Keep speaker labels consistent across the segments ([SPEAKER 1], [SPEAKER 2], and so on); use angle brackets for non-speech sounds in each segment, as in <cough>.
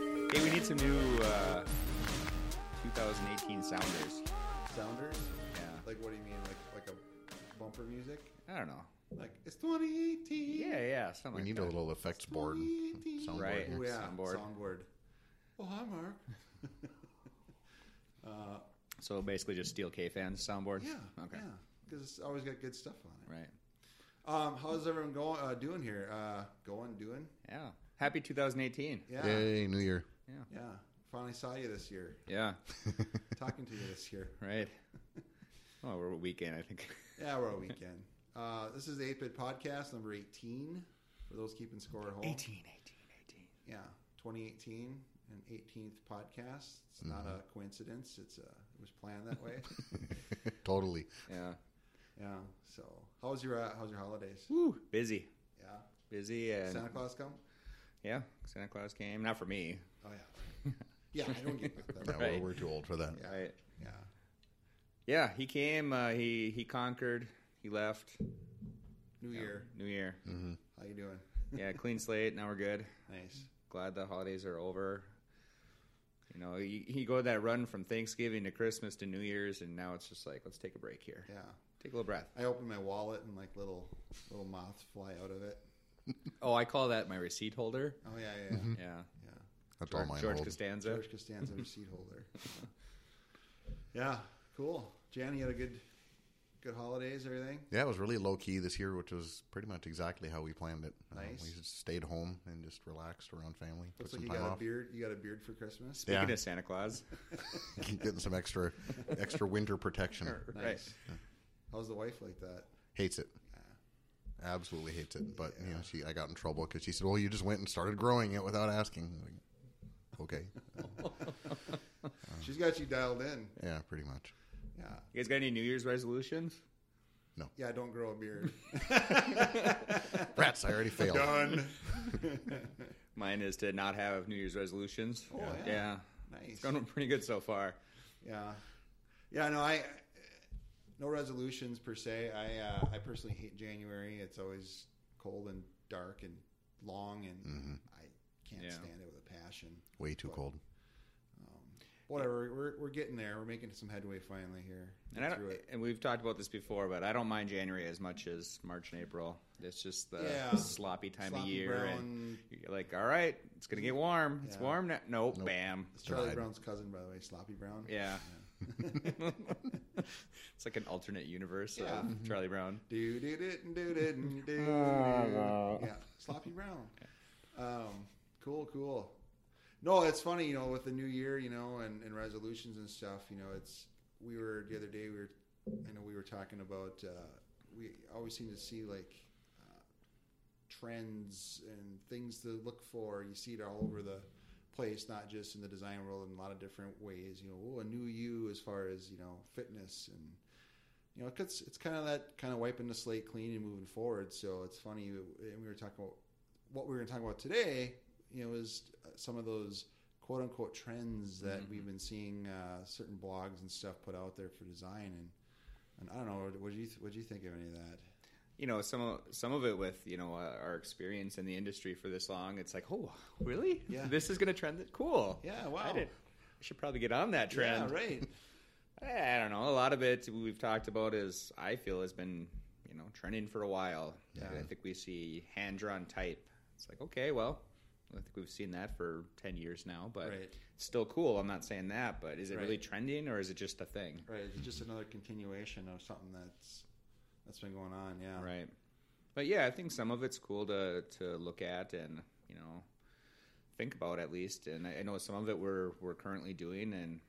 [SPEAKER 1] need some new uh, 2018 sounders.
[SPEAKER 2] Sounders?
[SPEAKER 1] Yeah.
[SPEAKER 2] Like what do you mean? Like like a bumper music?
[SPEAKER 1] I don't know.
[SPEAKER 2] Like it's 2018.
[SPEAKER 1] Yeah, yeah, something
[SPEAKER 3] We
[SPEAKER 1] like
[SPEAKER 3] need
[SPEAKER 1] that.
[SPEAKER 3] a little effects board, soundboard.
[SPEAKER 1] Right.
[SPEAKER 3] here.
[SPEAKER 2] Oh, yeah.
[SPEAKER 1] Soundboard.
[SPEAKER 2] Soundboard. Oh, hi, Mark.
[SPEAKER 1] So basically, just Steel K fans soundboard.
[SPEAKER 2] Yeah.
[SPEAKER 1] Okay.
[SPEAKER 2] Yeah. Because it's always got good stuff on it.
[SPEAKER 1] Right.
[SPEAKER 2] Um, how's everyone going? Uh, doing here? Uh, going, doing?
[SPEAKER 1] Yeah. Happy 2018.
[SPEAKER 2] Yeah.
[SPEAKER 3] Yay, New Year. <laughs>
[SPEAKER 2] Yeah. Finally saw you this year.
[SPEAKER 1] Yeah.
[SPEAKER 2] Talking to you this year. <laughs>
[SPEAKER 1] Right. Oh, we're a weekend, I think.
[SPEAKER 2] Yeah, we're a weekend. Uh, this is the 8 Bit Podcast, number 18, for those keeping score at home.
[SPEAKER 1] 18, 18, 18.
[SPEAKER 2] Yeah, 2018, an 18th podcast. It's not a coincidence. It's a, It was planned that way.
[SPEAKER 3] totally.
[SPEAKER 1] Yeah.
[SPEAKER 2] yeah. So, how's your uh, how's your holidays?
[SPEAKER 1] Woo. Busy.
[SPEAKER 2] Yeah.
[SPEAKER 1] Busy and
[SPEAKER 2] Santa Claus come?
[SPEAKER 1] yeah, Santa Claus came. Not for me.
[SPEAKER 2] Oh yeah. Yeah, I don't get that.
[SPEAKER 3] Yeah,
[SPEAKER 2] Right.
[SPEAKER 1] Right.
[SPEAKER 3] we're, we're too old for that.
[SPEAKER 2] Yeah.
[SPEAKER 1] Right.
[SPEAKER 2] Yeah.
[SPEAKER 1] Yeah, he came. Uh, he he conquered. He left.
[SPEAKER 2] New Year.
[SPEAKER 1] New year.
[SPEAKER 3] Mm-hmm.
[SPEAKER 2] How you doing?
[SPEAKER 1] Yeah, clean slate. Now we're good.
[SPEAKER 2] Nice.
[SPEAKER 1] Glad the holidays are over. You know, you, you go that run from Thanksgiving to Christmas to New Year's, and now it's just like, let's take a break here.
[SPEAKER 2] Yeah.
[SPEAKER 1] Take a little breath.
[SPEAKER 2] I open my wallet and like little little moths fly out of it.
[SPEAKER 1] Oh, I call that my receipt holder.
[SPEAKER 2] Oh yeah, yeah, yeah.
[SPEAKER 1] Yeah.
[SPEAKER 2] yeah.
[SPEAKER 3] That's all
[SPEAKER 1] George,
[SPEAKER 3] mine
[SPEAKER 1] George
[SPEAKER 3] hold.
[SPEAKER 1] Costanza.
[SPEAKER 2] George Costanza receipt holder. yeah, cool. Jan, you had a good, good holidays. Everything.
[SPEAKER 3] Yeah, it was really low key this year, which was pretty much exactly how we planned it. Uh,
[SPEAKER 2] Nice.
[SPEAKER 3] we just stayed home and just relaxed around family. took
[SPEAKER 2] Looks
[SPEAKER 3] some
[SPEAKER 2] like you
[SPEAKER 3] time
[SPEAKER 2] got a
[SPEAKER 3] off.
[SPEAKER 2] beard. You got a beard for Christmas.
[SPEAKER 3] Yeah.
[SPEAKER 1] Speaking of Santa Claus.
[SPEAKER 3] <laughs> Getting some extra, extra winter protection.
[SPEAKER 1] Right.
[SPEAKER 2] <laughs> Nice. How's the wife like that?
[SPEAKER 3] Hates it. Absolutely hates it. But you know, she I got in trouble because she said, "Well, you just went and started growing it without asking." Like, okay. Uh.
[SPEAKER 2] She's got you dialed in.
[SPEAKER 3] Yeah, pretty
[SPEAKER 2] <laughs>
[SPEAKER 3] much.
[SPEAKER 2] Yeah.
[SPEAKER 1] You guys got any New Year's
[SPEAKER 2] <laughs>
[SPEAKER 1] resolutions?
[SPEAKER 2] Yeah. Don't grow
[SPEAKER 3] <laughs>
[SPEAKER 2] a beard.
[SPEAKER 3] Rats, I already failed.
[SPEAKER 2] Done. <laughs>
[SPEAKER 1] Mine is to not have New Year's resolutions. Oh,
[SPEAKER 2] yeah.
[SPEAKER 1] yeah.
[SPEAKER 2] Nice.
[SPEAKER 1] It's going pretty good so far.
[SPEAKER 2] Yeah, yeah. No, I no resolutions per se. I uh, I personally hate January. It's always cold and dark and long, and
[SPEAKER 3] Mm-hmm.
[SPEAKER 2] I can't
[SPEAKER 1] Yeah.
[SPEAKER 2] stand it with a passion. Um,
[SPEAKER 3] Way too cold.
[SPEAKER 2] Whatever. We're we're getting there. We're making some headway finally here.
[SPEAKER 1] And I
[SPEAKER 2] Through
[SPEAKER 1] don't,
[SPEAKER 2] it.
[SPEAKER 1] and we've talked about this before, but I don't mind January as much as March and April. It's just the
[SPEAKER 2] Yeah.
[SPEAKER 1] sloppy time of
[SPEAKER 2] Sloppy
[SPEAKER 1] year,
[SPEAKER 2] brown.
[SPEAKER 1] and you're like, all right, it's gonna get warm. It's
[SPEAKER 2] Yeah.
[SPEAKER 1] warm now. Nope, bam.
[SPEAKER 2] It's Charlie
[SPEAKER 3] God.
[SPEAKER 2] Brown's cousin, by the way, Sloppy Brown.
[SPEAKER 1] Yeah. <laughs> it's like an alternate universe
[SPEAKER 2] Yeah.
[SPEAKER 1] of Charlie Brown.
[SPEAKER 2] Do do do do do do. Yeah, sloppy brown. Um, cool, cool. No, it's funny, you know, with the new year, you know, and, and resolutions and stuff. You know, it's we were the other day. We were, I know, we were talking about. Uh, we always seem to see like uh, trends and things to look for. You see it all over the place, not just in the design world, in a lot of different ways. You know, oh, a new you as far as you know, fitness and you know, it's it's kind of that kind of wiping the slate clean and moving forward. So it's funny, and we were talking about what we were going to talk about today. You know, is uh, some of those quote unquote trends that we've been seeing uh, certain blogs and stuff put out there for design, and and I don't know, what do you what do you think of any of that?
[SPEAKER 1] You know, some of, some of it with you know uh, our experience in the industry for this long, it's like, oh, really?
[SPEAKER 2] Yeah.
[SPEAKER 1] This is gonna trend. It? Cool.
[SPEAKER 2] Yeah,
[SPEAKER 1] I,
[SPEAKER 2] wow.
[SPEAKER 1] did, I should probably get on that trend. Eh,
[SPEAKER 2] Yeah, right.
[SPEAKER 1] I don't know. A lot of it we've talked about is I feel has been you know trending for a while.
[SPEAKER 2] Yeah.
[SPEAKER 1] And I think we see hand drawn type. It's like okay, well, I think we've seen that for ten years now, but <laughs>
[SPEAKER 2] Right.
[SPEAKER 1] it's still cool. I'm not saying that, but is it really
[SPEAKER 2] Right.
[SPEAKER 1] trending or is it just a thing?
[SPEAKER 2] right. It's just another continuation of something that's that's been going on. Yeah.
[SPEAKER 1] Right. But yeah, I think some of it's cool to to look at and you know think about at least. And I, I know some of it we're we're currently doing and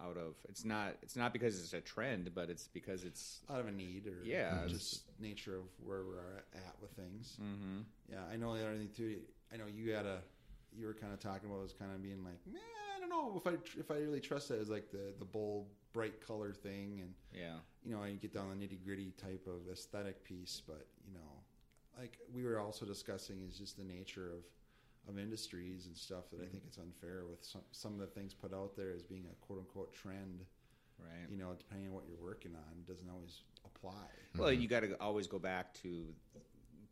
[SPEAKER 1] out of it's not it's not because it's a trend, but it's because it's
[SPEAKER 2] out of a need or
[SPEAKER 1] Yeah,
[SPEAKER 2] just nature of where we're at with things. Mm-hmm. Yeah, I know the other thing too. I know you had a you were kind of talking about was kind of being like, man, I don't know if I if I really trust that is like the the bold bright color thing and
[SPEAKER 1] yeah.
[SPEAKER 2] you know, and you get down the nitty gritty type of aesthetic piece, but you know, like we were also discussing is just the nature of of industries and stuff that I think it's unfair with some some of the things put out there as being a quote unquote trend.
[SPEAKER 1] Right.
[SPEAKER 2] You know, depending on what you're working on, doesn't always apply.
[SPEAKER 1] Well,
[SPEAKER 2] Mm-hmm.
[SPEAKER 1] you got to always go back to,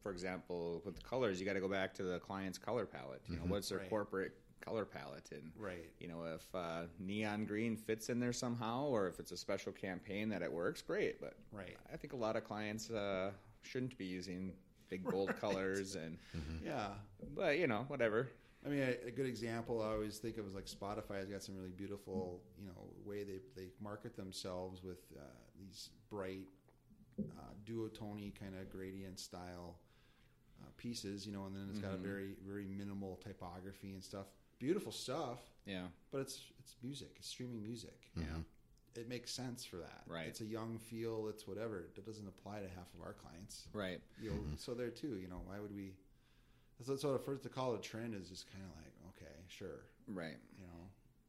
[SPEAKER 1] for example, with the colors, you got to go back to the client's color palette. You know, what's their
[SPEAKER 2] Mm-hmm. Right.
[SPEAKER 1] corporate color palette and
[SPEAKER 2] Right.
[SPEAKER 1] you know if uh, neon green fits in there somehow or if it's a special campaign that it works great but
[SPEAKER 2] Right.
[SPEAKER 1] i think a lot of clients uh, shouldn't be using big bold <laughs> colors and
[SPEAKER 2] Yeah.
[SPEAKER 1] but you know whatever
[SPEAKER 2] I mean, a, a good example I always think of is like Spotify has got some really beautiful, you know, way they, they market themselves with uh, these bright uh, duotony kind of gradient style uh, pieces, you know, and then it's
[SPEAKER 1] Mm-hmm.
[SPEAKER 2] got a very very minimal typography and stuff. Beautiful stuff,
[SPEAKER 1] yeah
[SPEAKER 2] but it's it's music. It's streaming music.
[SPEAKER 1] yeah
[SPEAKER 2] It makes sense for that.
[SPEAKER 1] Right.
[SPEAKER 2] It's a young feel. It's whatever. That doesn't apply to half of our clients
[SPEAKER 1] right
[SPEAKER 2] you know, so there too, you know, why would we? So, so at first to call it a trend is just kind of like, okay, sure,
[SPEAKER 1] right
[SPEAKER 2] you know,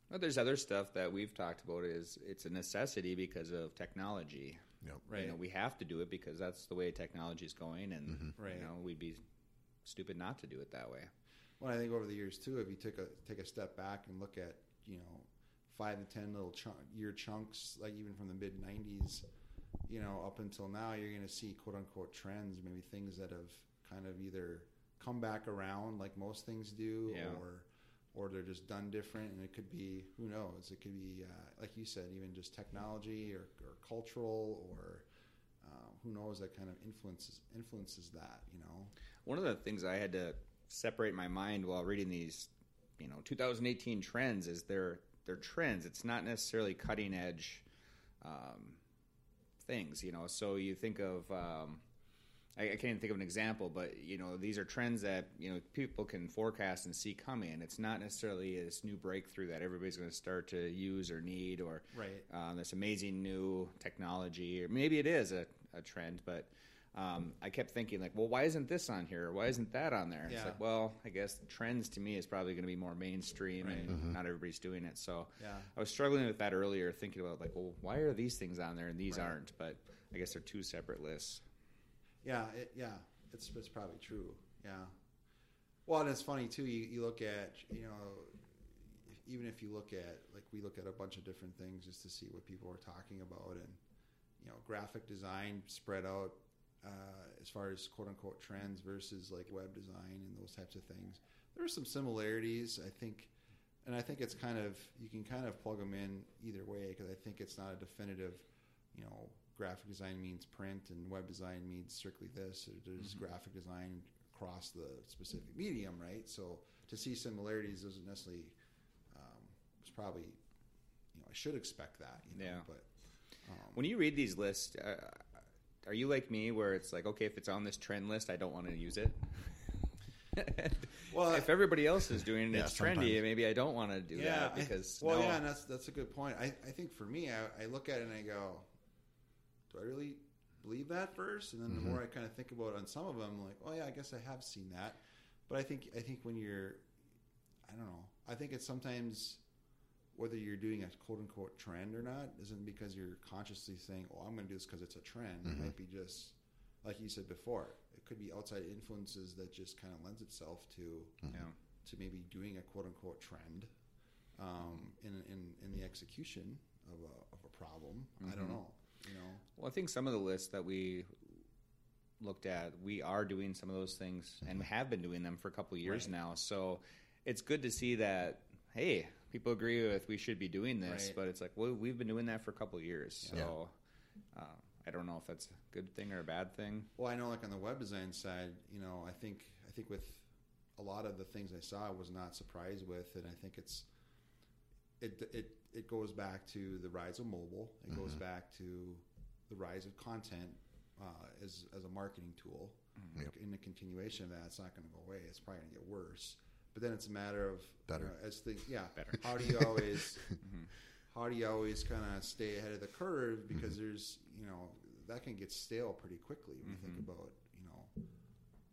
[SPEAKER 1] But there's other stuff that we've talked about is it's a necessity because of technology.
[SPEAKER 3] Yep.
[SPEAKER 1] You know, we have to do it because that's the way technology is going, and
[SPEAKER 2] Right.
[SPEAKER 1] you know, we'd be stupid not to do it that way.
[SPEAKER 2] Well, I think over the years too, if you take a take a step back and look at you know five to ten little chunk, year chunks, like even from the mid '90s, you know, up until now, you're going to see quote unquote trends, maybe things that have kind of either come back around, like most things do,
[SPEAKER 1] Yeah.
[SPEAKER 2] or or they're just done different, and it could be who knows, it could be uh, like you said, even just technology or, or cultural or um, who knows that kind of influences influences that, you know,
[SPEAKER 1] One of the things I had to separate my mind while reading these, you know, 2018 trends is they're they're trends. It's not necessarily cutting edge um, things, you know. So you think of um, I, I can't even think of an example, but you know, these are trends that you know people can forecast and see coming. It's not necessarily this new breakthrough that everybody's going to start to use or need or
[SPEAKER 2] right?
[SPEAKER 1] um, this amazing new technology, or maybe it is a, a trend, but um, I kept thinking like, well, why isn't this on here? Why isn't that on there? It's
[SPEAKER 2] Yeah.
[SPEAKER 1] like, well, I guess trends to me is probably going to be more mainstream,
[SPEAKER 2] Right.
[SPEAKER 1] and not everybody's doing it. So
[SPEAKER 2] Yeah.
[SPEAKER 1] I was struggling with that earlier, thinking about like, well, why are these things on there and these
[SPEAKER 2] Right.
[SPEAKER 1] aren't? But I guess they're two separate lists.
[SPEAKER 2] Yeah, it, yeah, it's it's probably true. Yeah. Well, and it's funny too. You, you look at you know, if, even if you look at like we look at a bunch of different things just to see what people are talking about, and you know, graphic design spread out uh, as far as quote unquote trends versus like web design and those types of things. There are some similarities, I think, and I think it's kind of you can kind of plug them in either way because I think it's not a definitive you know, graphic design means print and web design means strictly this. or There's
[SPEAKER 1] Mm-hmm.
[SPEAKER 2] graphic design across the specific medium, right? So to see similarities doesn't necessarily, um, it's probably, you know, I should expect that, you know,
[SPEAKER 1] Yeah.
[SPEAKER 2] but um,
[SPEAKER 1] When you read these lists, uh, are you like me where it's like, okay, if it's on this trend list, I don't want to use it? <laughs>
[SPEAKER 2] Well,
[SPEAKER 1] well, if everybody else is doing it,
[SPEAKER 3] Yeah,
[SPEAKER 1] it's trendy.
[SPEAKER 3] sometimes.
[SPEAKER 1] Maybe I don't want to do that
[SPEAKER 2] I-
[SPEAKER 1] because
[SPEAKER 2] <laughs> well,
[SPEAKER 1] now-
[SPEAKER 2] yeah, and that's that's a good point. I, I think for me, I, I look at it and I go, do I really believe that first? And then
[SPEAKER 1] Mm-hmm.
[SPEAKER 2] the more I kind of think about it on some of them, like, oh yeah, I guess I have seen that. But I think I think when you're, I don't know, I think it's sometimes whether you're doing a quote unquote trend or not isn't because you're consciously saying, oh, I'm going to do this because it's a trend. It
[SPEAKER 1] Mm-hmm.
[SPEAKER 2] might be just like you said before. It could be outside influences that just kind of lends itself to
[SPEAKER 1] yeah.
[SPEAKER 2] to maybe doing a quote unquote trend um, in, in, in the execution of a, of a problem. I don't know. You know,
[SPEAKER 1] Well, I think some of the lists that we looked at, we are doing some of those things and we have been doing them for a couple of years
[SPEAKER 2] Right.
[SPEAKER 1] now. So it's good to see that, hey, people agree with we should be doing this,
[SPEAKER 2] Right.
[SPEAKER 1] but it's like, well, we've been doing that for a couple of years.
[SPEAKER 3] Yeah.
[SPEAKER 1] So uh, I don't know if that's a good thing or a bad thing.
[SPEAKER 2] well, I know like on the web design side, you know, I think I think with a lot of the things I saw, I was not surprised with, and I think it's it it it goes back to the rise of mobile. It goes back to the rise of content uh, as as a marketing tool.
[SPEAKER 3] Yep.
[SPEAKER 2] In the continuation of that, it's not going to go away. It's probably going to get worse. But then it's a matter of
[SPEAKER 3] Better.
[SPEAKER 2] know, as things. Yeah,
[SPEAKER 1] Better.
[SPEAKER 2] How do you always how do you always kind of stay ahead of the curve because there's you know that can get stale pretty quickly when you think about you know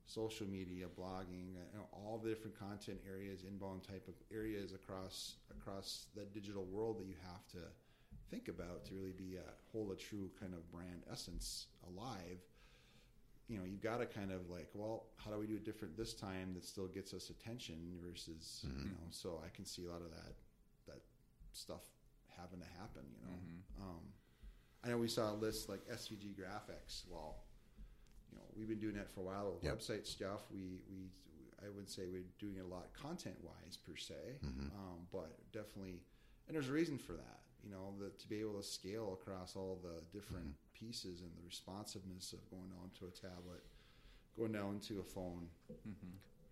[SPEAKER 2] social media blogging you know, all the different content areas inbound type of areas across across that digital world that you have to think about to really be a hold a true kind of brand essence alive you know you've got to kind of like well how do we do it different this time that still gets us attention versus you know so i can see a lot of that that stuff having to happen you know
[SPEAKER 1] Mm-hmm.
[SPEAKER 2] um, i know we saw a list like svg graphics well you know we've been doing that for a while with
[SPEAKER 3] Yep.
[SPEAKER 2] website stuff we we I would say we're doing a lot content wise per se,
[SPEAKER 3] Mm-hmm.
[SPEAKER 2] um, but definitely, and there's a reason for that. You know, that to be able to scale across all the different
[SPEAKER 3] Mm-hmm.
[SPEAKER 2] pieces and the responsiveness of going onto a tablet, going down to a phone,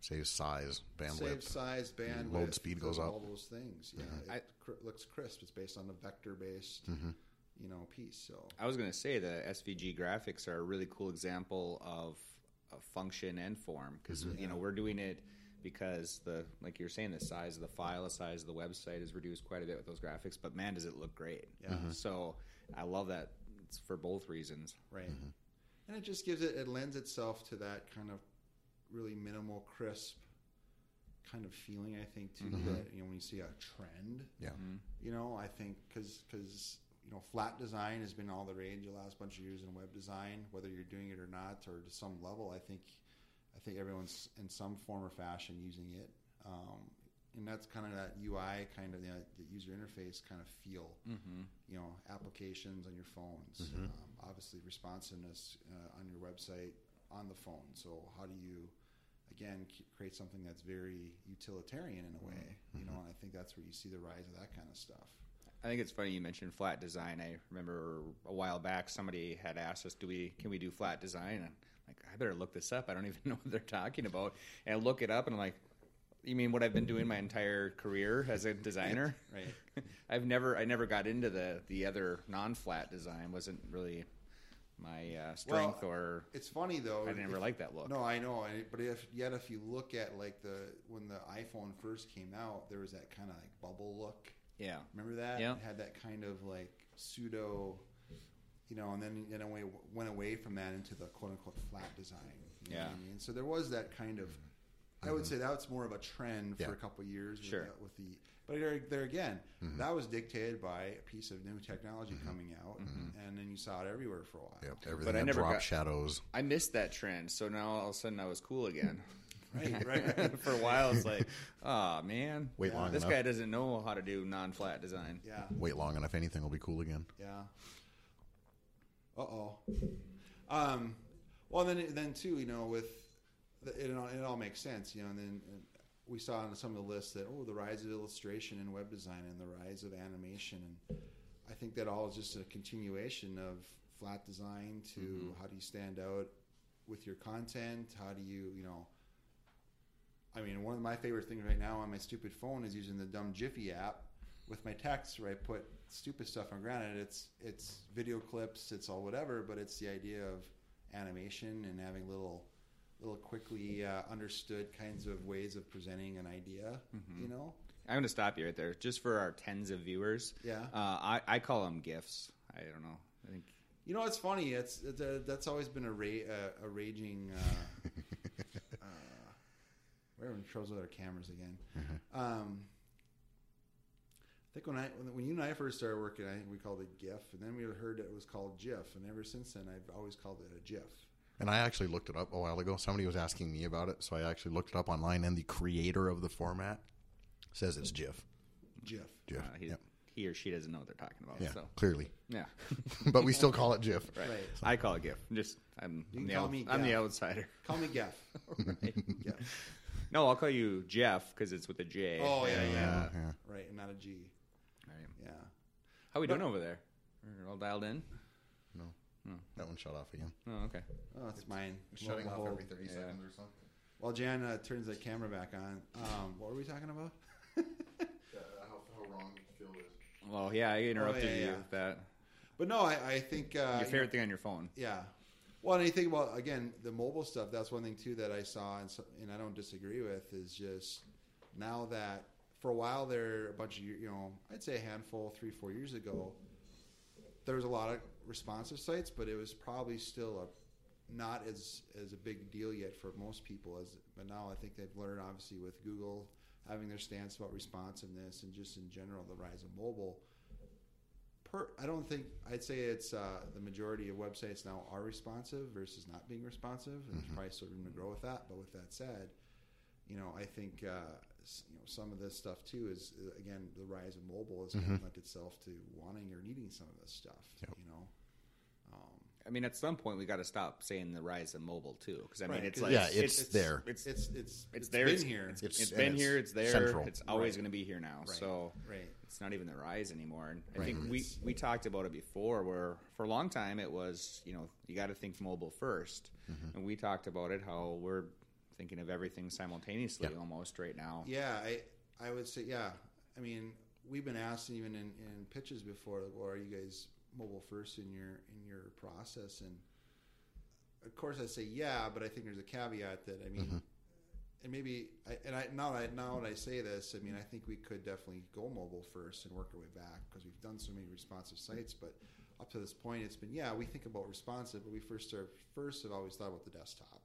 [SPEAKER 3] Saves size, bandwidth.
[SPEAKER 2] save size, bandwidth,
[SPEAKER 3] Load speed goes
[SPEAKER 2] all
[SPEAKER 3] up. Mm-hmm.
[SPEAKER 2] those things. Yeah,
[SPEAKER 1] I-
[SPEAKER 2] it cr- looks crisp. It's based on a vector based, you know, piece. So
[SPEAKER 1] I was going to say the SVG graphics are a really cool example of a function and form because you know we're doing it because the like you're saying the size of the file, the size of the website is reduced quite a bit with those graphics. But man, does it look great!
[SPEAKER 2] Yeah. Mhm.
[SPEAKER 1] So I love that. It's for both reasons.
[SPEAKER 2] Right.
[SPEAKER 3] Mm-hmm.
[SPEAKER 2] And it just gives it, it lends itself to that kind of really minimal, crisp kind of feeling, I think, too.
[SPEAKER 3] Mm-hmm.
[SPEAKER 2] That, you know, when you see a trend,
[SPEAKER 3] Yeah.
[SPEAKER 1] Mm-hmm.
[SPEAKER 2] you know, I think because, because, you know, flat design has been all the rage the last bunch of years in web design, whether you're doing it or not, or to some level, I think, I think everyone's in some form or fashion using it. Um, and that's kind of that UI kind of the, the user interface kind of feel
[SPEAKER 1] Mm-hmm.
[SPEAKER 2] you know applications on your phones um, obviously responsiveness uh, on your website on the phone so how do you again c- create something that's very utilitarian in a way
[SPEAKER 1] Mm-hmm.
[SPEAKER 2] you know and i think that's where you see the rise of that kind of stuff
[SPEAKER 1] I think it's funny you mentioned flat design. I remember a while back somebody had asked us, "Do we can we do flat design?" And I'm like, I better look this up. I don't even <laughs> know what they're talking about. And I look it up, and I'm like, you mean what I've been doing my entire career as a designer?
[SPEAKER 2] right
[SPEAKER 1] <laughs> I've never I never got into the the other non-flat design. wasn't really my uh, strength, or
[SPEAKER 2] it's funny though
[SPEAKER 1] I never
[SPEAKER 2] if-
[SPEAKER 1] liked that look.
[SPEAKER 2] no i know and it- but if yet if you look at like the when the iphone first came out there was that kind of like bubble look
[SPEAKER 1] Yeah,
[SPEAKER 2] Remember that?
[SPEAKER 1] Yeah.
[SPEAKER 2] It had that kind of like pseudo, you know, and then in a way went away from that into the quote unquote flat design. You Know what
[SPEAKER 1] Yeah.
[SPEAKER 2] I mean? So there was that kind of. I would say that's more of a trend for
[SPEAKER 3] Mm-hmm. Yeah.
[SPEAKER 2] a couple of years.
[SPEAKER 1] Sure.
[SPEAKER 2] With, that, with the, but there, there again,
[SPEAKER 3] Mm-hmm.
[SPEAKER 2] that was dictated by a piece of new technology coming out,
[SPEAKER 1] Mm-hmm.
[SPEAKER 2] and then you saw it everywhere for a while.
[SPEAKER 3] Yep. Everything
[SPEAKER 1] But I
[SPEAKER 3] had
[SPEAKER 1] never
[SPEAKER 3] drop
[SPEAKER 1] got-
[SPEAKER 3] shadows.
[SPEAKER 1] I missed that trend. So now all of a sudden I was cool again.
[SPEAKER 2] Right, right, <laughs> right.
[SPEAKER 1] <laughs> For a while, it's
[SPEAKER 2] <laughs>
[SPEAKER 1] like, oh man,
[SPEAKER 3] Wait long
[SPEAKER 1] this
[SPEAKER 3] enough.
[SPEAKER 1] guy doesn't know how to do non-flat design.
[SPEAKER 2] Yeah,
[SPEAKER 3] Wait long enough, anything will be cool again.
[SPEAKER 2] yeah. Uh oh. Um, well, then, then too, you know, with the, it, all, it all makes sense, you know. And then and we saw on some of the lists that oh, the rise of illustration and web design and the rise of animation, and I think that all is just a continuation of flat design to how do you stand out with your content? How do you, you know? I mean, one of my favorite things right now on my stupid phone is using the dumb Jiffy app with my text where I put stupid stuff on. Granted, it's it's video clips, it's all whatever, but it's the idea of animation and having little little quickly uh, understood kinds of ways of presenting an idea. You know,
[SPEAKER 1] I'm going to stop you right there, just for our tens of viewers.
[SPEAKER 2] Yeah.
[SPEAKER 1] uh, I I call them gifts. I don't know. I think
[SPEAKER 2] you know it's funny. It's it, uh, that's always been a ra- uh, a raging. Uh, uh, we're having troubles with our cameras again. Um, I think when I when- when you and I first started working, I think we called it GIF, and then we heard it was called GIF, and ever since then I've always called it a GIF.
[SPEAKER 3] And I actually looked it up a while ago. Somebody was asking me about it, so I actually looked it up online. And the creator of the format says it's GIF.
[SPEAKER 2] GIF.
[SPEAKER 3] GIF.
[SPEAKER 1] uh, he
[SPEAKER 3] Yep.
[SPEAKER 1] he or she doesn't know what they're talking about.
[SPEAKER 3] Yeah,
[SPEAKER 1] So
[SPEAKER 3] clearly. <laughs>
[SPEAKER 1] yeah,
[SPEAKER 3] but we still call it GIF.
[SPEAKER 1] right.
[SPEAKER 2] Right.
[SPEAKER 1] I call it gift. I'm just I'm, I'm
[SPEAKER 2] You can
[SPEAKER 1] the
[SPEAKER 2] call
[SPEAKER 1] out-
[SPEAKER 2] me
[SPEAKER 1] I'm the
[SPEAKER 2] Gav.
[SPEAKER 1] outsider.
[SPEAKER 2] Call me GIF.
[SPEAKER 1] Right.
[SPEAKER 2] GIF.
[SPEAKER 1] no, I'll call you Jeff because it's with a J.
[SPEAKER 2] Oh,
[SPEAKER 1] Uh,
[SPEAKER 2] yeah,
[SPEAKER 3] Yeah, yeah.
[SPEAKER 2] Right, and not a G.
[SPEAKER 1] right.
[SPEAKER 2] Yeah.
[SPEAKER 1] How we doing over there? We're all dialed in.
[SPEAKER 3] That one shut off again.
[SPEAKER 1] Oh, okay.
[SPEAKER 2] Oh, it's mine.
[SPEAKER 3] Shutting
[SPEAKER 2] Lo and
[SPEAKER 3] off every
[SPEAKER 2] behold.
[SPEAKER 3] 30
[SPEAKER 1] Yeah.
[SPEAKER 3] seconds or something.
[SPEAKER 2] While Jan uh, turns the camera back on, um, what were we talking about?
[SPEAKER 3] Uh, how, wrong Phil is.
[SPEAKER 1] Well, yeah, I interrupted
[SPEAKER 2] Oh, yeah,
[SPEAKER 1] you
[SPEAKER 2] yeah.
[SPEAKER 1] with that.
[SPEAKER 2] But no, I, I think uh,
[SPEAKER 1] Your
[SPEAKER 2] you know,
[SPEAKER 1] favorite thing on your phone.
[SPEAKER 2] Yeah. Well, and you think about again the mobile stuff. That's one thing too that I saw, and, so, and I don't disagree with is just now that for a while there, a bunch of year- you know, I'd say a handful, three, four years ago, there was a lot of responsive sites, but it was probably still a not as as a big deal yet for most people. As but now I think they've learned obviously with Google having their stance about responsiveness and just in general the rise of mobile per I don't think I'd say it's uh, the majority of websites now are responsive versus not being responsive. And There's probably still room to grow with that. But with that said, you know, I think uh, s- you know some of this stuff too is uh, again the rise of mobile has kind of lent itself to wanting or needing some of this stuff. You know, um,
[SPEAKER 1] I mean, at some point we got to stop saying the rise of mobile too, because I mean,
[SPEAKER 2] Right,
[SPEAKER 1] it's
[SPEAKER 2] 'cause
[SPEAKER 1] like
[SPEAKER 3] Yeah, it's there.
[SPEAKER 1] It's it's,
[SPEAKER 2] It's it's
[SPEAKER 1] it's there.
[SPEAKER 2] Been
[SPEAKER 1] it's,
[SPEAKER 2] here.
[SPEAKER 1] It's,
[SPEAKER 3] It's-
[SPEAKER 1] it's
[SPEAKER 3] and
[SPEAKER 1] been
[SPEAKER 3] it's
[SPEAKER 1] here. It's there.
[SPEAKER 3] central.
[SPEAKER 1] It's always
[SPEAKER 2] Right.
[SPEAKER 1] going to be here now.
[SPEAKER 2] Right.
[SPEAKER 1] So
[SPEAKER 2] Right.
[SPEAKER 1] it's not even the rise anymore. And I
[SPEAKER 2] Right.
[SPEAKER 1] think we we talked about it before, where for a long time it was you know you got to think mobile 1st
[SPEAKER 3] Mm-hmm.
[SPEAKER 1] and we talked about it how we're thinking of everything simultaneously
[SPEAKER 3] Yeah.
[SPEAKER 1] almost right now.
[SPEAKER 2] Yeah, I I would say yeah. I mean, we've been asked even in, in pitches before, like, well, are you guys mobile first in your in your process? And of course, I say yeah, but I think there's a caveat that I mean, and maybe I, and I now that I, now that I say this, I mean, I think we could definitely go mobile first and work our way back because we've done so many responsive sites, but. Up to this point, it's been yeah. We think about responsive, but we first started, first have always thought about the desktop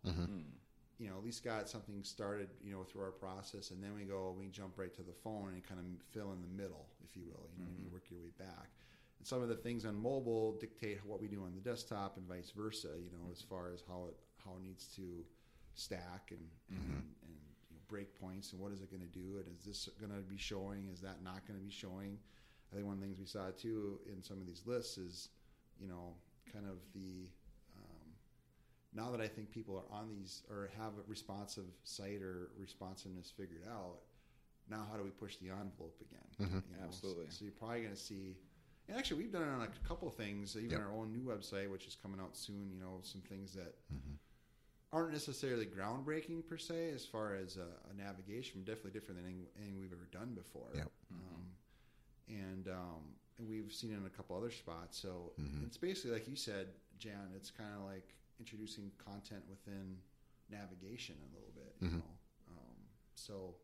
[SPEAKER 2] you know, at least got something started, you know, through our process, and then we go, we jump right to the phone and kind of fill in the middle, if you will. You know, you work your way back. And some of the things on mobile dictate what we do on the desktop, and vice versa. You know, as far as how it how it needs to stack and and, and you know, break points, and what is it going to do, and is this going to be showing? Is that not going to be showing? I think one of the things we saw too in some of these lists is, you know, kind of the um, now that I think people are on these or have a responsive site or responsiveness figured out, now how do we push the envelope again?
[SPEAKER 3] Mm-hmm.
[SPEAKER 2] You know,
[SPEAKER 1] Absolutely.
[SPEAKER 2] So, you're probably going to see, and actually we've done it on like a couple of things, even
[SPEAKER 3] Yep.
[SPEAKER 2] our own new website, which is coming out soon. You know, some things that
[SPEAKER 3] Mm-hmm.
[SPEAKER 2] aren't necessarily groundbreaking per se, as far as a, a navigation, definitely different than anything, anything we've ever done before.
[SPEAKER 3] Yep. Mm-hmm.
[SPEAKER 2] Um, and um, and we've seen it in a couple other spots. So it's basically like you said, Jan. It's kind of like introducing content within navigation a little bit. You know, um, so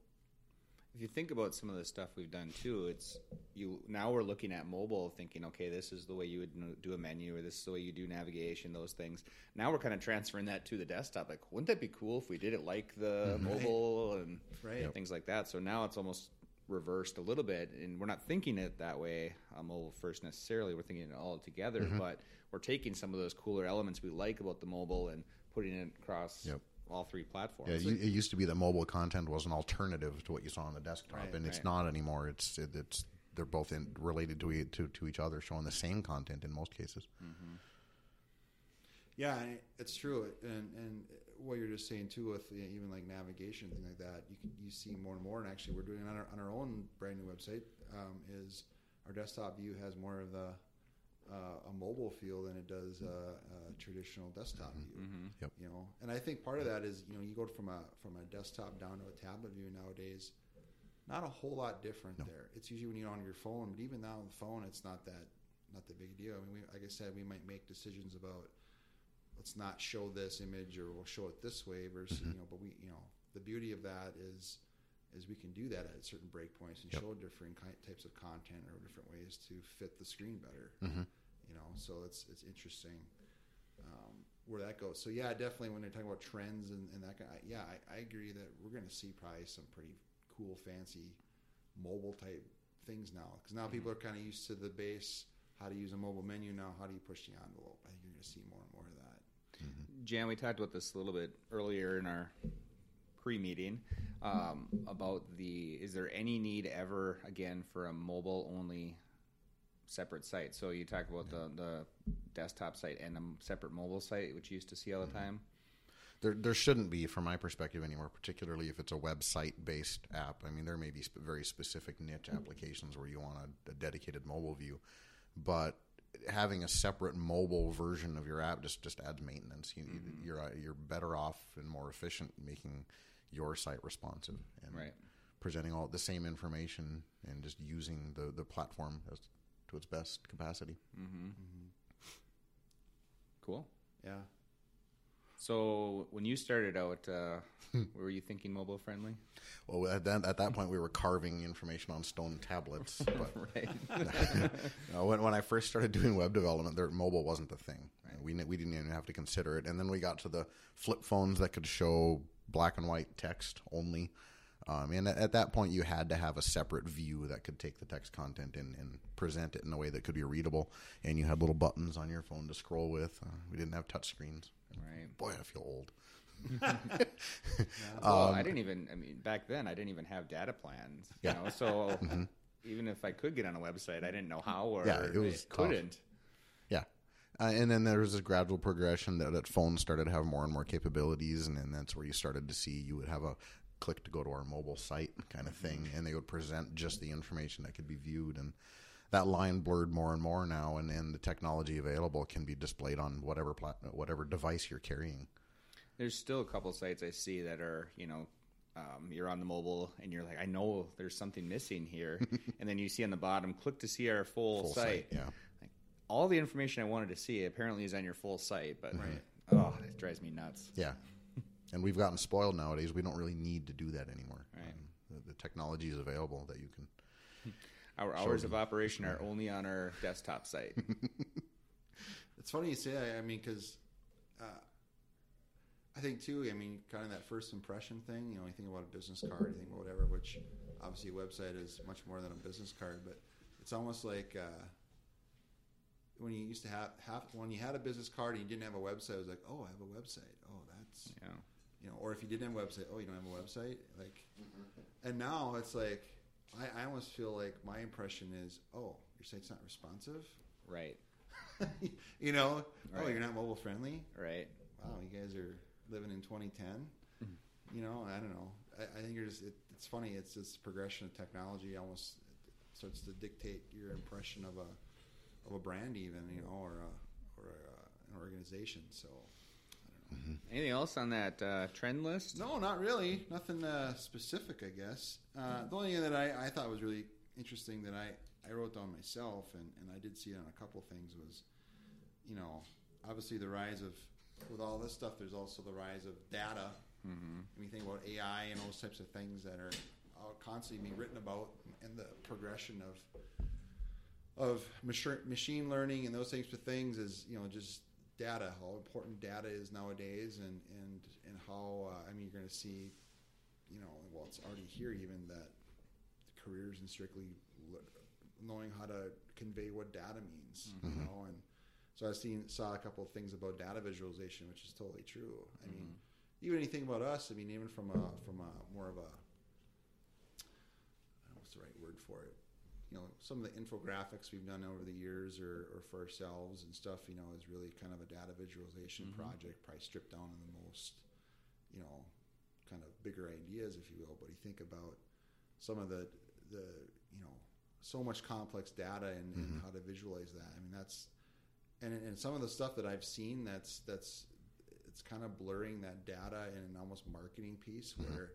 [SPEAKER 1] if you think about some of the stuff we've done too, it's you now we're looking at mobile, thinking, okay, this is the way you would n- do a menu, or this is the way you do navigation, those things. Now we're kind of transferring that to the desktop. Like, wouldn't that be cool if we did it like the
[SPEAKER 3] Mm-hmm.
[SPEAKER 1] mobile and
[SPEAKER 2] Right. Yep.
[SPEAKER 1] things like that? So now it's almost reversed a little bit, and we're not thinking it that way, uh, mobile first necessarily. We're thinking it all together,
[SPEAKER 3] Mm-hmm.
[SPEAKER 1] but we're taking some of those cooler elements we like about the mobile and putting it across
[SPEAKER 3] Yep.
[SPEAKER 1] all three platforms.
[SPEAKER 3] Yeah, you, it used to be that mobile content was an alternative to what you saw on the desktop,
[SPEAKER 2] Right,
[SPEAKER 3] and it's
[SPEAKER 1] right.
[SPEAKER 3] not anymore. It's it, it's they're both in, related to, e- to to each other, showing the same content in most cases.
[SPEAKER 2] yeah, and it's true. And and what you're just saying too, with you know, even like navigation, things like that, you can, you see more and more. And actually, we're doing it on our on our own brand new website. Um, is our desktop view has more of the uh, a mobile feel than it does a, a traditional desktop
[SPEAKER 1] Mm-hmm.
[SPEAKER 2] view.
[SPEAKER 3] Yep.
[SPEAKER 2] You know, and I think part of that is you know you go from a from a desktop down to a tablet view nowadays. Not a whole lot different there. It's usually when you're on your phone, but even now on the phone, it's not that not that big a deal. I mean, we, like I said, we might make decisions about let's not show this image or we'll show it this way versus
[SPEAKER 3] Mm-hmm.
[SPEAKER 2] you know. But we you know the beauty of that is is we can do that at certain breakpoints and
[SPEAKER 3] Yep.
[SPEAKER 2] show different ki- types of content or different ways to fit the screen better.
[SPEAKER 3] Mm-hmm.
[SPEAKER 2] You know, so it's it's interesting um, where that goes. So yeah, definitely when they're talking about trends and, and that kind, I, yeah, I, I agree that we're going to see probably some pretty cool, fancy mobile type things now because now people are kind of used to the base how to use a mobile menu now how do you push the envelope i think you're going to see more and more of that
[SPEAKER 1] Jan, we talked about this a little bit earlier in our pre-meeting um, about the is there any need ever again for a mobile only separate site? So you talk about the the desktop site and a m- separate mobile site, which you used to see all the time.
[SPEAKER 3] There there shouldn't be, from my perspective, anymore. Particularly if it's a website based app. I mean, there may be sp- very specific niche applications where you want a, a dedicated mobile view, but having a separate mobile version of your app just just adds maintenance. You, you- You're uh, you're better off and more efficient making your site responsive and
[SPEAKER 1] Right.
[SPEAKER 3] presenting all the same information and just using the, the platform as to its best capacity.
[SPEAKER 1] Mm-hmm. Cool.
[SPEAKER 2] yeah
[SPEAKER 1] So when you started out, uh, were you thinking mobile friendly?
[SPEAKER 3] Well, at that, at that point, we were carving information on stone tablets. But
[SPEAKER 1] <laughs> Right.
[SPEAKER 3] Uh, <laughs> when, when I first started doing web development, there, mobile wasn't the thing. We, ne- we didn't even have to consider it. And then we got to the flip phones that could show black and white text only. Um, and at, at that point, you had to have a separate view that could take the text content and, and present it in a way that could be readable. And you had little buttons on your phone to scroll with. Uh, we didn't have touch screens.
[SPEAKER 1] right.
[SPEAKER 3] Boy, I feel old.
[SPEAKER 1] Well, I didn't even. I mean, back then I didn't even have data plans. You know, so even if I could get on a website, I didn't know how or
[SPEAKER 3] Yeah, it was
[SPEAKER 1] I couldn't.
[SPEAKER 3] Yeah. Uh, and then there was this gradual progression that, that phones started to have more and more capabilities, and then that's where you started to see you would have a click to go to our mobile site kind of
[SPEAKER 1] Mm-hmm.
[SPEAKER 3] thing, and they would present just the information that could be viewed, and that line blurred more and more now, and, and the technology available can be displayed on whatever plat- whatever device you're carrying.
[SPEAKER 1] There's still a couple sites I see that are, you know, um, you're on the mobile and you're like, I know there's something missing here, and then you see on the bottom, click to see our full,
[SPEAKER 3] Full
[SPEAKER 1] site.
[SPEAKER 3] yeah.
[SPEAKER 1] All the information I wanted to see apparently is on your full site, but
[SPEAKER 2] Right.
[SPEAKER 1] oh, it drives me nuts.
[SPEAKER 3] Yeah. And we've gotten spoiled nowadays. We don't really need to do that anymore.
[SPEAKER 1] Right.
[SPEAKER 3] Um, the, the technology is available that you can.
[SPEAKER 1] Our hours of operation are only on our desktop site.
[SPEAKER 2] It's funny you say that. I mean, because uh, I think too. I mean, kind of that first impression thing. You know, you think about a business card, you think about whatever. Which obviously, a website is much more than a business card, but it's almost like uh, when you used to have, have when you had a business card and you didn't have a website. It was like, oh, I have a website. Oh, that's
[SPEAKER 1] Yeah.
[SPEAKER 2] you know, or if you didn't have a website, oh, you don't have a website. Like, and now it's like I, I almost feel like my impression is, oh, your site's not responsive.
[SPEAKER 1] Right.
[SPEAKER 2] <laughs> you know, oh,
[SPEAKER 1] Right.
[SPEAKER 2] you're not mobile friendly.
[SPEAKER 1] Right.
[SPEAKER 2] Wow, you guys are living in 2010. You know, I don't know. I, I think you're just. It, it's funny. It's this progression of technology almost starts to dictate your impression of a of a brand, even you know, or a, or a, an organization. So
[SPEAKER 1] Anything else on that uh, trend list?
[SPEAKER 2] No, not really. Nothing uh, specific, I guess. Uh, the only thing that I, I thought was really interesting that I, I wrote down myself, and, and I did see it on a couple things, was, you know, obviously the rise of, with all this stuff, there's also the rise of data. Mm-hmm. And you think about AI and those types of things that are out- constantly being written about and the progression of of machi- machine learning and those types of things is you know just data how important data is nowadays and and and how uh, I mean you're going to see you know well it's already here even that careers and strictly l- knowing how to convey what data means you know and so I seen saw a couple of things about data visualization which is totally true I mean even anything about us I mean even from a from a more of a I don't know what's the right word for it. You know, some of the infographics we've done over the years or, or for ourselves and stuff, you know, is really kind of a data visualization project, probably stripped down to the most, you know, kind of bigger ideas, if you will. But you think about some of the, the you know, so much complex data and, and how to visualize that. I mean, that's, and, and some of the stuff that I've seen that's, that's, it's kind of blurring that data in an almost marketing piece where,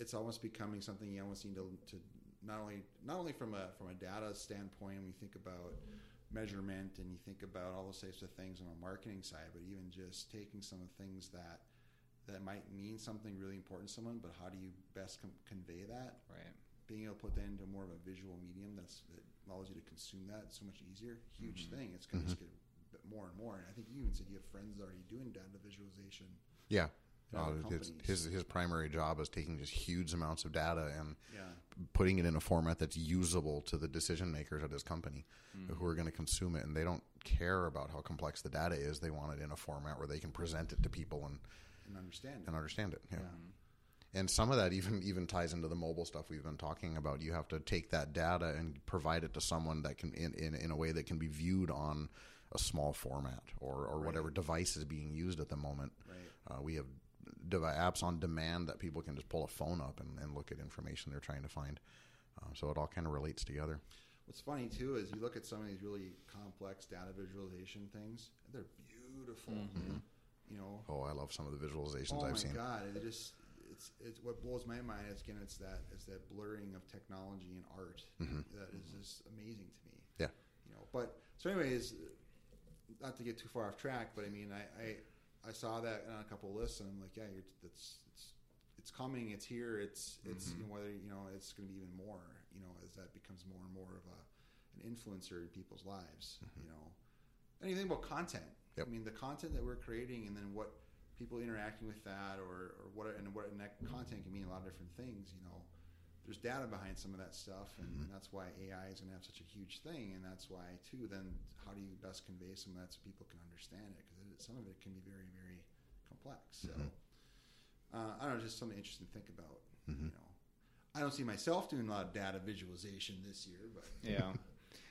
[SPEAKER 2] it's almost becoming something you almost need to, to not only not only from a from a data standpoint when you think about measurement and you think about all those types of things on a marketing side, but even just taking some of the things that that might mean something really important to someone, but how do you best com- convey that?
[SPEAKER 1] Right.
[SPEAKER 2] Being able to put that into more of a visual medium that's, that allows you to consume that so much easier, huge thing. It's going to just get more and more. And I think you even said you have friends already doing data visualization.
[SPEAKER 3] Yeah.
[SPEAKER 2] Yeah,
[SPEAKER 3] Uh,
[SPEAKER 2] the
[SPEAKER 3] it's,
[SPEAKER 2] companies.
[SPEAKER 3] his his primary job is taking just huge amounts of data and
[SPEAKER 2] Yeah.
[SPEAKER 3] putting it in a format that's usable to the decision makers at his company who are going to consume it and they don't care about how complex the data is they want it in a format where they can present it to people and,
[SPEAKER 2] And understand
[SPEAKER 3] and understand it yeah. and some of that even even ties into the mobile stuff we've been talking about you have to take that data and provide it to someone that can in in, in a way that can be viewed on a small format or, or whatever device is being used at the moment
[SPEAKER 2] Right.
[SPEAKER 3] uh, we have devi- apps on demand that people can just pull a phone up and, and look at information they're trying to find. Uh, so it all kind of relates together.
[SPEAKER 2] What's funny too is you look at some of these really complex data visualization things; they're beautiful. You know,
[SPEAKER 3] Oh, I love some of the visualizations
[SPEAKER 2] oh
[SPEAKER 3] I've
[SPEAKER 2] my
[SPEAKER 3] seen.
[SPEAKER 2] god, it just it's it's what blows my mind is again it's that it's that blurring of technology and art that is just amazing to me.
[SPEAKER 3] Mm-hmm. Yeah.
[SPEAKER 2] You know, but so anyways, not to get too far off track, but I mean, I I, I saw that on a couple of lists, and I'm like, yeah, you're, that's it's it's coming, it's here, it's it's you
[SPEAKER 3] Mm-hmm.
[SPEAKER 2] know, whether you know it's going to be even more, you know, as that becomes more and more of a an influencer in people's lives, you know. Anything about content.
[SPEAKER 3] Mm-hmm. Yep.
[SPEAKER 2] I mean, the content that we're creating, and then what people interacting with that, or, or what, and what and that content can mean a lot of different things. You know, there's data behind some of that stuff, and that's why AI is going to have such a huge thing, and that's why too. Then, how do you best convey some of that so people can understand it? Because some of it can be very, very complex. So, uh, I don't know, just something interesting to think about. You know, I don't see myself doing a lot of data visualization this year, but
[SPEAKER 1] Yeah. <laughs>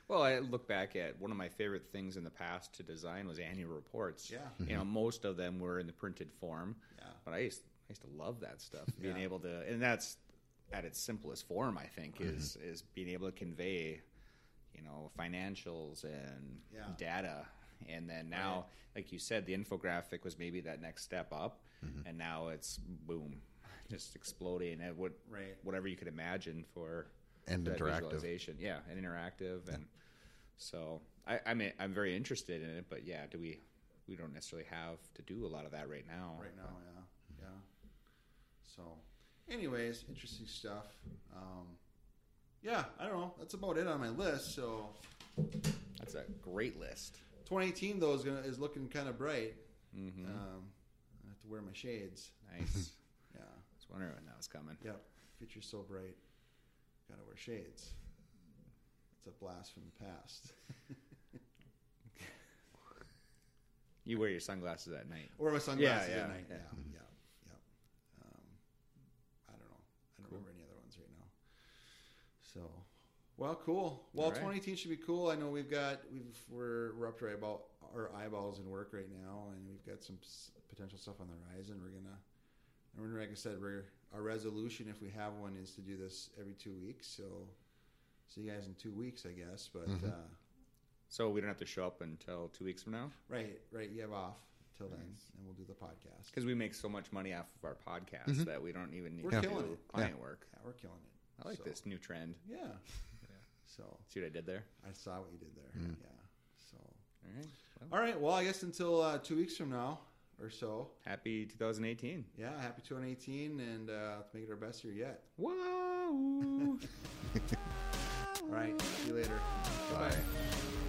[SPEAKER 1] Well, I look back at one of my favorite things in the past to design was annual reports.
[SPEAKER 2] Yeah.
[SPEAKER 1] You know, most of them were in the printed form.
[SPEAKER 2] Yeah.
[SPEAKER 1] But I used I used to love that stuff. Being
[SPEAKER 2] Yeah.
[SPEAKER 1] able to and that's at its simplest form, I think, is is being able to convey, you know, financials and
[SPEAKER 2] Yeah.
[SPEAKER 1] data. And then now, like you said, the infographic was maybe that next step up, and now it's boom, <laughs> just exploding at what
[SPEAKER 2] Right.
[SPEAKER 1] whatever you could imagine for
[SPEAKER 3] And
[SPEAKER 1] that
[SPEAKER 3] interactive.
[SPEAKER 1] visualization. Yeah, and interactive, and so I, I mean, I'm very interested in it, but yeah, do we? We don't necessarily have to do a lot of that right now.
[SPEAKER 2] right now. Yeah, yeah. So, anyways, interesting stuff. Um, yeah, I don't know. That's about it on my list. So,
[SPEAKER 1] That's a great list.
[SPEAKER 2] 2018 though is gonna is looking kind of bright.
[SPEAKER 1] Mm-hmm.
[SPEAKER 2] Um, I have to wear my shades.
[SPEAKER 1] Nice.
[SPEAKER 2] <laughs> Yeah.
[SPEAKER 1] I was wondering when that was coming.
[SPEAKER 2] Yep. Future's so bright. Gotta wear shades. It's a blast from the past. <laughs>
[SPEAKER 1] You wear your sunglasses at night.
[SPEAKER 2] Or with sunglasses
[SPEAKER 1] Yeah, yeah,
[SPEAKER 2] at night. Yeah,
[SPEAKER 1] yeah.
[SPEAKER 2] yeah, yeah. Um, I don't know. I don't remember any other ones right now. So, well, cool. Well,
[SPEAKER 1] All right.
[SPEAKER 2] 2018 should be cool. I know we've got we've we're, we're up to our, eyeball, our eyeballs in work right now, and we've got some s- potential stuff on the horizon. We're gonna. I mean, like I said, we're our resolution, if we have one, is to do this every two weeks. So, see you guys in two weeks, I guess. But
[SPEAKER 1] Mm-hmm.
[SPEAKER 2] uh,
[SPEAKER 1] So we don't have to show up until two weeks from now
[SPEAKER 2] right, right, you have off till then, and we'll do the podcast.
[SPEAKER 1] because we make so much money off of our podcast that we don't even need
[SPEAKER 2] Mm-hmm. We're
[SPEAKER 1] to
[SPEAKER 2] killing
[SPEAKER 1] do
[SPEAKER 2] it.
[SPEAKER 1] client work.
[SPEAKER 2] Yeah, we're killing it.
[SPEAKER 1] I like
[SPEAKER 2] So,
[SPEAKER 1] this new trend.
[SPEAKER 2] Yeah. So
[SPEAKER 1] See what I did there?
[SPEAKER 2] I saw what you did there. Yeah. So
[SPEAKER 1] All right. Well,
[SPEAKER 2] all right. Well, I guess until uh, two weeks from now or so.
[SPEAKER 1] happy 2018.
[SPEAKER 2] Yeah. Happy 2018, and uh, let's make it our best year yet.
[SPEAKER 1] Wow. <laughs>
[SPEAKER 2] All right. See you later.
[SPEAKER 3] Bye.